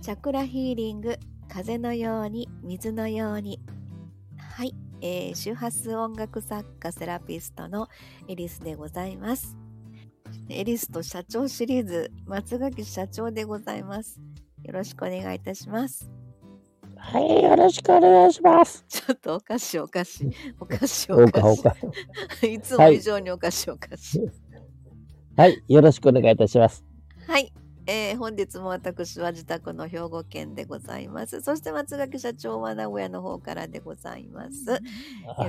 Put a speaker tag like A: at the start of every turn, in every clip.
A: チャクラヒーリング風のように水のようにはい、えー、周波数音楽作家セラピストのエリスでございますエリスと社長シリーズ松垣社長でございますよろしくお願いいたします
B: はい、よろしくお願いします。
A: ちょっとお菓子お菓子お菓子お菓子。 いつも以上にお菓子お菓子。
B: はい、よろしくお願いいたします。
A: はい、えー、本日も私は自宅の兵庫県でございます。そして松垣社長は名古屋の方からでございます。よ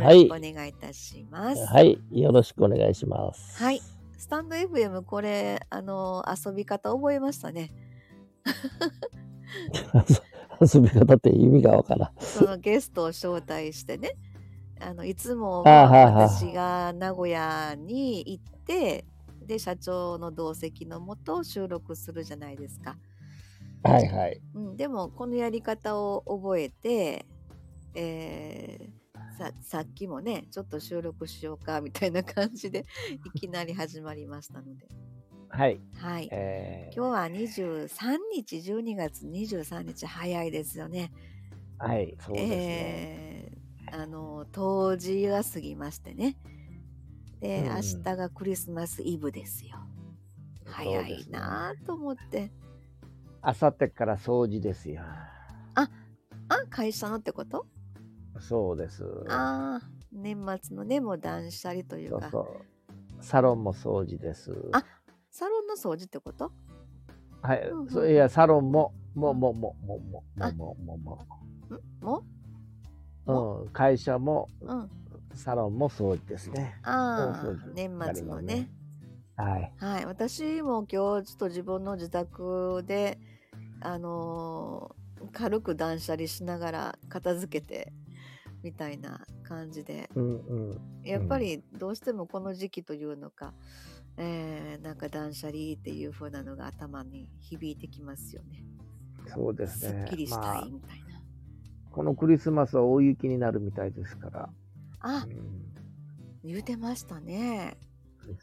A: ろしくお願いいたします。
B: はい、よろしくお願いします。
A: はい、スタンド FM これあの遊び方覚えましたね。
B: 遊び方って意味がわからん。
A: そのゲストを招待してね、あのいつも私が名古屋に行って、で、社長の同席のもと収録するじゃないですか。
B: はいはい。
A: うん、でも、このやり方を覚えて、えー、ささっきもね、ちょっと収録しようかみたいな感じでいきなり始まりましたので。
B: はい。
A: はい。えー、今日は23日、12月23日、早いですよね。
B: はい、そうですね。
A: えー、あの、冬至が過ぎましてね。で、うん、明日がクリスマスイブですよ。早いなと思って。
B: あさってから掃除ですよ。
A: あ、あ、会社のってこと
B: そうです。
A: ああ、年末のね、もう断捨離というか。そう
B: そうサロンも掃除です。
A: あ、サロンの掃除ってこと
B: はい、うん、うん、いや、サロンも、も、も、も、も、も、も、も、も、も。
A: も
B: うん、会社も、うん、サロンも掃除ですね。
A: ああ、ね、年末のね。
B: はい。
A: はい、私も今日ちょっと自分の自宅で、あのー、軽く断捨離しながら片付けてみたいな感じで、
B: うんうん、
A: やっぱりどうしてもこの時期というのか、えー、なんか断捨離っていう風なのが頭に響いてきますよね。
B: そうですね。
A: すっきりしたいみたいな、ま
B: あ、このクリスマスは大雪になるみたいですから。
A: あ、うん、言うてましたね。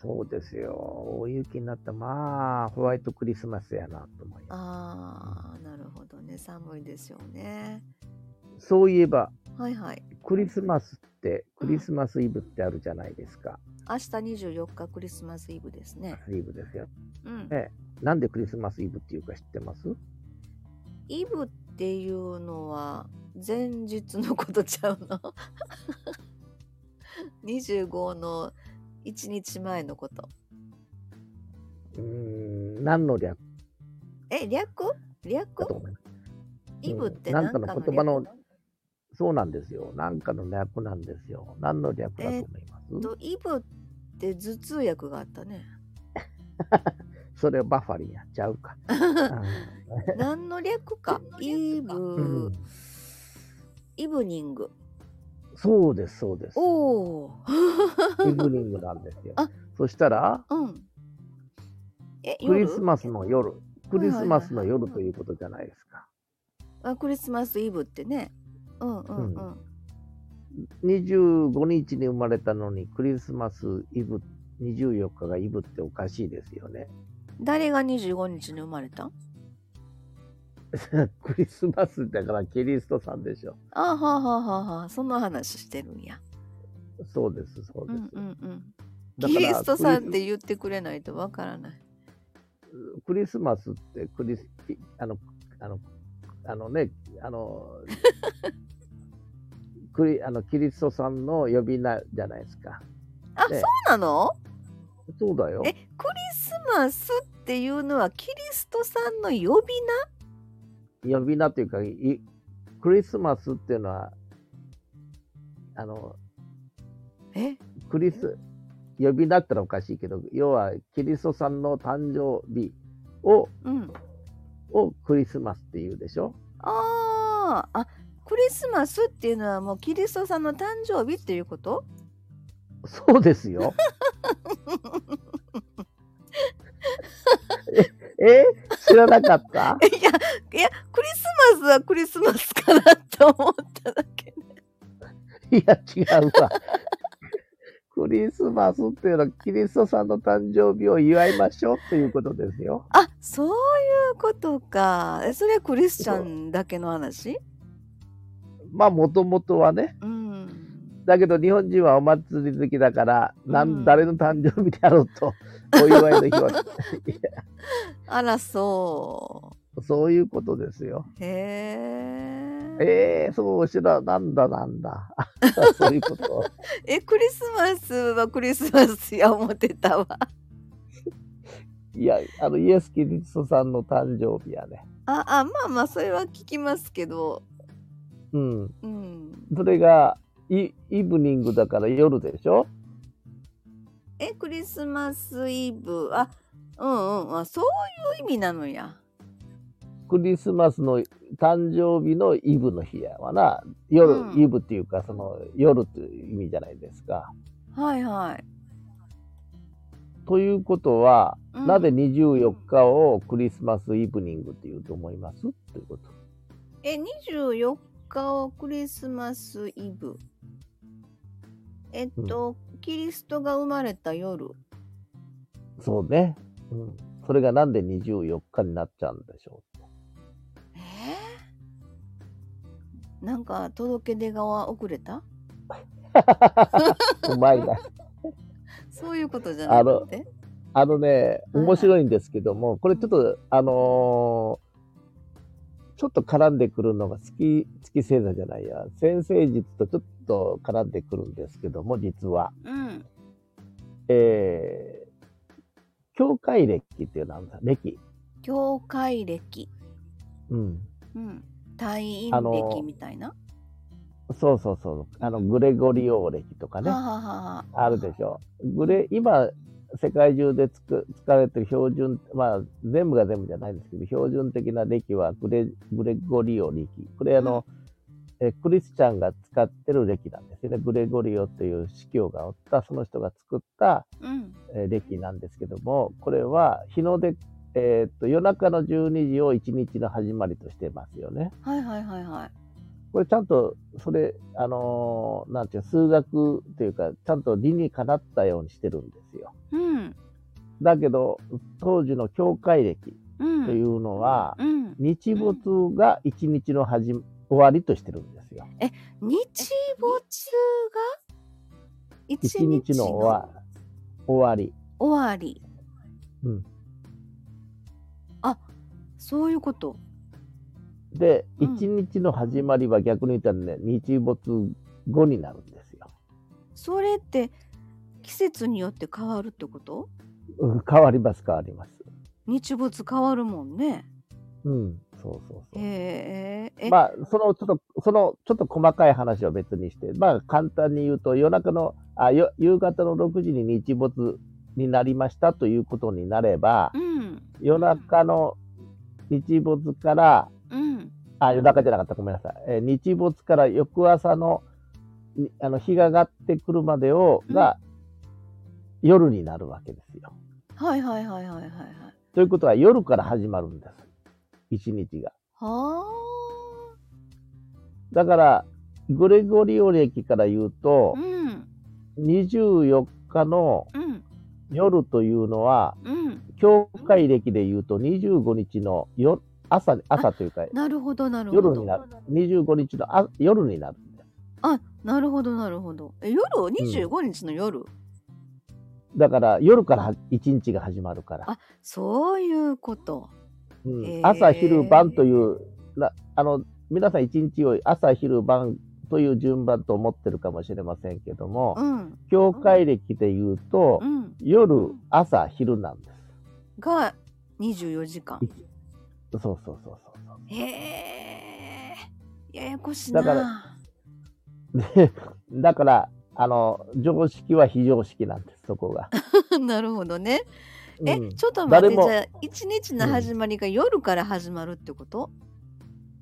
B: そうですよ。大雪になったまあホワイトクリスマスやなと思い
A: ます。ああ、なるほどね。寒いですよね。
B: そういえば、
A: はいはい。
B: クリスマスってクリスマスイブってあるじゃないですか。
A: 明日24日クリスマスイブですね。
B: イブですよ。
A: うん、
B: ええ、なんでクリスマスイブっていうか知ってます
A: イブっていうのは前日のことちゃうの 25の1日前のこと。
B: うん、何の略
A: え、略略イブって何
B: かの言葉のそうなんですよ。なんかの略なんですよ。何の略だと思います、え
A: っと、イブって頭痛薬があった ね。
B: それはバファリンやっちゃう か。
A: 何の略か。イブ、うん、イブニング。
B: そうです、そうです。
A: おお。
B: イブニングなんですよ。そしたら、
A: うん、
B: えクリスマスの夜、クリスマスの夜ということじゃないですか。
A: あクリスマスイブってね。うんうんうん、
B: 25日に生まれたのにクリスマスイブ24日がイブっておかしいですよね。
A: 誰が25日に生まれた
B: クリスマスだからキリストさんでしょ。
A: ああはあはあはあその話してるんや。
B: そうですそうで
A: う
B: す。
A: んうん、うん、キリストさんって言ってくれないとわからない。
B: クリスマスってクリスあのあのあのね あのクリあのキリストさんの呼び名じゃないですか。
A: あ、ね、そうなの
B: そうだよ。
A: えクリスマスっていうのはキリストさんの呼び
B: 名呼び名というかいクリスマスっていうのはあの
A: え
B: クリス呼び名ったらおかしいけど要はキリストさんの誕生日を、
A: うん、
B: をクリスマスっていうでしょ。
A: ああクリスマスっていうのはもうキリストさんの誕生日っていうこと
B: そうですよ。ええ知らなかった
A: いやいやクリスマスはクリスマスかなと思っただけ、
B: ね、いや違うわ。クリスマスっていうのはキリストさんの誕生日を祝いましょうっていうことですよ。
A: あそういういうことか。えそれはクリスチャンだけの話
B: まあ、もともとはね。
A: うん。
B: だけど、日本人はお祭り好きだから、な
A: うん
B: ん誰の誕生日であろうと、 お祝いの日は、
A: あら、そ
B: そういうことですよ。
A: う。へえ。
B: ええそう知らなんだなんだ。 そういうこと。
A: え、クリスマスはクリスマスや思ってたわ。
B: いや、あの、イエス・キリストさんの誕生日やね。
A: あ、あ、まあまあ、それは聞きますけど。
B: うん。
A: うん。
B: それが、イイブニングだから夜でしょ
A: え、クリスマスイブ。あ、うんうん。あ、そういう意味なのや。
B: クリスマスの誕生日のイブの日やわな。夜、
A: うん
B: イブっていうか、その夜っていう意味じゃないですか。
A: はいはい。
B: ということは、
A: うん
B: なぜ24日をクリスマスイブニングっていうと思いますということ。
A: え、24日をクリスマスイブ。えっと、キリストが生まれた夜。
B: そうね。うん。それがなんで24日になっちゃうんでしょう。
A: えーなんか届け出が遅れた
B: うまいな。
A: そういうことじゃなくて
B: あのね、
A: はい
B: 面白いんですけども、これちょっと、あのーちょっと絡んでくるのが月、月星座じゃないや、先生術とちょっと絡んでくるんですけども、実は。
A: うん
B: えー、教会歴っていうのはあるんだ、歴。
A: 教会歴、
B: うん。
A: うん、退院
B: あの
A: 歴みたいな、
B: そうそうそう。あの、グレゴリオ歴とかね
A: は、あはあはあ
B: あるでしょ。グレ、今、世界中でつく使われてる標準、まあ、全部が全部じゃないんですけど、標準的な歴はグレグレゴリオ歴。これあの、えクリスチャンが使ってる歴なんですよね。グレゴリオという司教がおった、その人が作った、
A: うん
B: えー歴なんですけども、これは日の出、えーっと夜中の12時を一日の始まりとしてますよね。
A: はいはいはいはい
B: これちゃんと、それ、あのーなんていうの数学というか、ちゃんと理にかなったようにしてるんですよ。
A: うん
B: だけど当時の教会歴
A: うん
B: というのは、
A: うん、
B: 日没が一日の始ま終わりとしてるんですよ。
A: 日没が
B: 一日の終わ終わり。
A: 終わり
B: うん
A: あそういうこと
B: で、
A: うん
B: 一日の始まりは逆に言ったらね日没後になるんですよ。
A: それって季節によって変わるってこと
B: うん変わります変わります。
A: 日没変わるもんね。
B: うんそうそうそう。
A: へえ。え、
B: まあそのちょっとそのちょっと細かい話は別にして、まあ簡単に言うと夜中のあよ夕方の6時に日没になりましたということになれば、
A: うん。
B: 夜中の日没から、
A: うん。
B: あ、夜中じゃなかった、ごめんなさい。えー日没から翌朝のにあの日が上がってくるまでをが、夜になるわけですよ。
A: はいはいはいはいはいはい。
B: ということは夜から始まるんです。一日が。
A: は
B: だから、グレゴリオ歴から言う
A: あ。
B: と
A: う、ん。
B: 24日の
A: うん。
B: 夜というのは、
A: うん。
B: 教会歴で言うと25日の夜朝、朝というか、
A: なるほどなるほど。
B: 夜になる。25日のあ夜になるんです。
A: あ、なるほどなるほど。え、夜二十五日の夜、
B: だから夜からは一日が始まるから、
A: あそういうこと。
B: うん
A: へー
B: 朝昼晩というなあの皆さん一日を朝昼晩という順番と思ってるかもしれませんけども、
A: うん。
B: 教会歴で言うと、
A: うん。
B: 夜朝昼なんで
A: が二十四時間。
B: すそうそうそうそうそ
A: へえ。ややこしいな。
B: だからうでだからあの常識は非常識なんですそこが、
A: なるほどね。
B: うん
A: え、ちょっと待って、
B: 誰も
A: じゃあ、一日の始まりが夜から始まるってこと、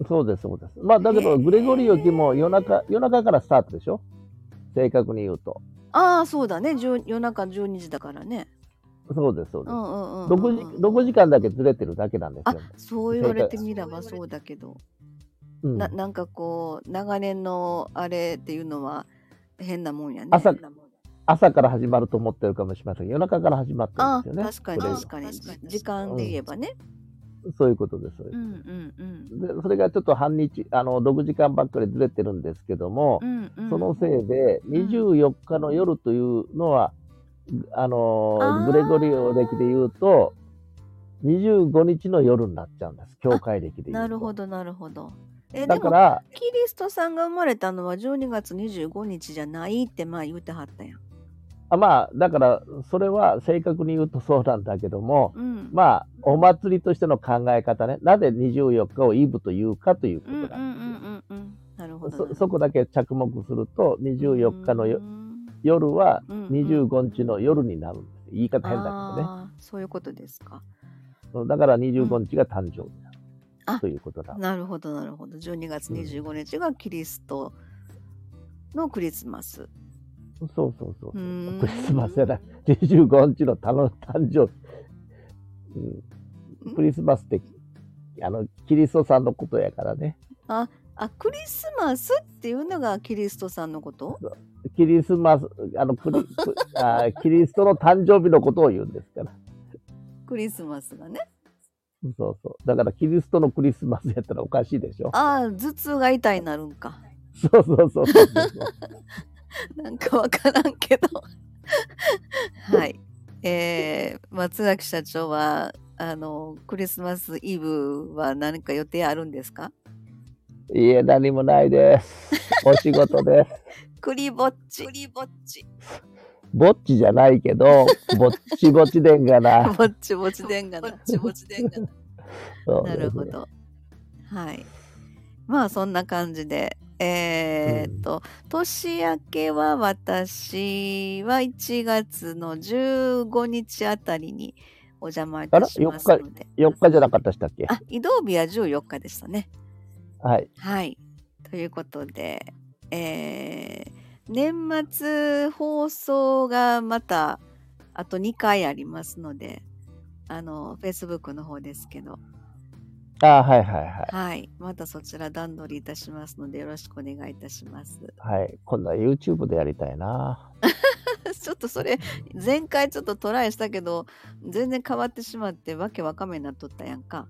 B: そうですそうですまあだけ
A: へ
B: ど
A: ー
B: グレゴリオ記も夜中夜中からスタートでしょ正確に言うと
A: ああ、そうだね。10夜中12時だからね。
B: そうですそうで
A: う
B: す、
A: んうんうんうん、
B: 六時六時間だけずれてるだけなんですよ。
A: そう言われてみればそうだけど、
B: うん
A: ななんかこう、長年のあれっていうのは変なもんやね。
B: 朝
A: 変なもん
B: 朝から始まると思ってるかもしれませんが夜中から始まってる
A: あ
B: んですよね。
A: あ、確かに
B: これ
A: 確かに。時間で言えばね。
B: そういうことです。そういう
A: う
B: こ
A: んうんうん
B: とですでそれがちょっと半日、あの、6時間ばっかりずれてるんですけども、
A: うんうん
B: そのせいで、24日の夜というのは、あのー
A: あー
B: グレゴリオ歴で言うと、25日の夜になっちゃうんです、教会歴で言うと。
A: なるほどなるほどえ
B: だ
A: で
B: か
A: も
B: ら、
A: キリストさんが生まれたのは12月25日じゃないって前言ってはったやん
B: あまあ、だから、それは正確に言うとそうなんだけども、
A: うん
B: まあ、お祭りとしての考え方ね、なぜ24日をイブというかというこ
A: うんうんう
B: と
A: ん
B: なんですよ。
A: うんうんなるほど
B: そそこだけ着目すると、24日のよ、夜は25日の夜になるんです。言い方変だけどね。
A: ねそういうことですか
B: そうだから25日が誕生日
A: あ
B: ということだ。
A: なるほどなるほど12月25日がキリストのクリスマス
B: そうそうそうそう
A: うーん
B: クリスマスじゃない。25日のたの誕生日。うん、クリスマスって、あの、キリストさんのことやからね。
A: あクリスマスっていうのがキリストさんのこと
B: キリスマス、あの、クリ クあーキリストの誕生日のことを言うんですから。
A: クリスマスがね
B: そうそう。だから、キリストのクリスマスやったらおかしいでしょ。
A: ああ頭痛が痛いなるんか
B: そうそうそうそうそう。
A: なんかわからんけど はいえー、松崎社長はあのクリスマスイブは何か予定あるんですか
B: いえ、何もない です。お仕事です。
A: クリぼっちクリぼっち
B: ぼっちじゃないけど、ぼっちぼっちでんがな。
A: ぼっちぼっちでんがなぼっちぼっちでんがな
B: そう
A: な
B: ですね
A: るほ。ど。はい。まあそんな感じで。えーっと、年明けは私は1月の15日あたりにお邪魔いたしますので。
B: 4日じゃなかったでしたっけ
A: あ、移動日は14日でしたね。
B: はい。
A: はい。ということで、えー年末放送がまたあと2回ありますので、あの、Facebook の方ですけど、
B: あはいはいは
A: はい、またそちら段取りいたしますのでよろしくお願いいたします。
B: い。はい。今度は YouTube でやりたいな。
A: ちょっとそれ前回ちょっとトライしたけど全然変わってしまってわけわかめになっとったやんか。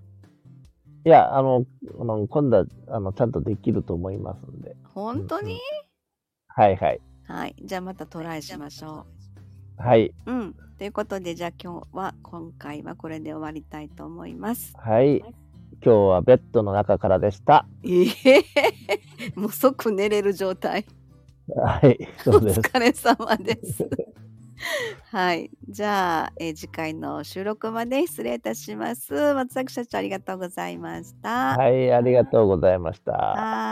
B: いや、あの、あの今度はあのちゃんとできると思いますんで。
A: 本当に、
B: はいはい。
A: はい、じゃあまたトライしましょ
B: はい。
A: う。うん、ということでじゃあ今日は今回はこれで終わりたいと思い ます。
B: はい。今日はベッドの中からでした。
A: ええ もう即寝れる状態。
B: はい。
A: お
B: そうです。
A: 疲れ様です。はい、じゃあ、えー次回の収録まで失礼いたします。松崎社長ありがとうございました。
B: はい。ありがとうございました。
A: はーい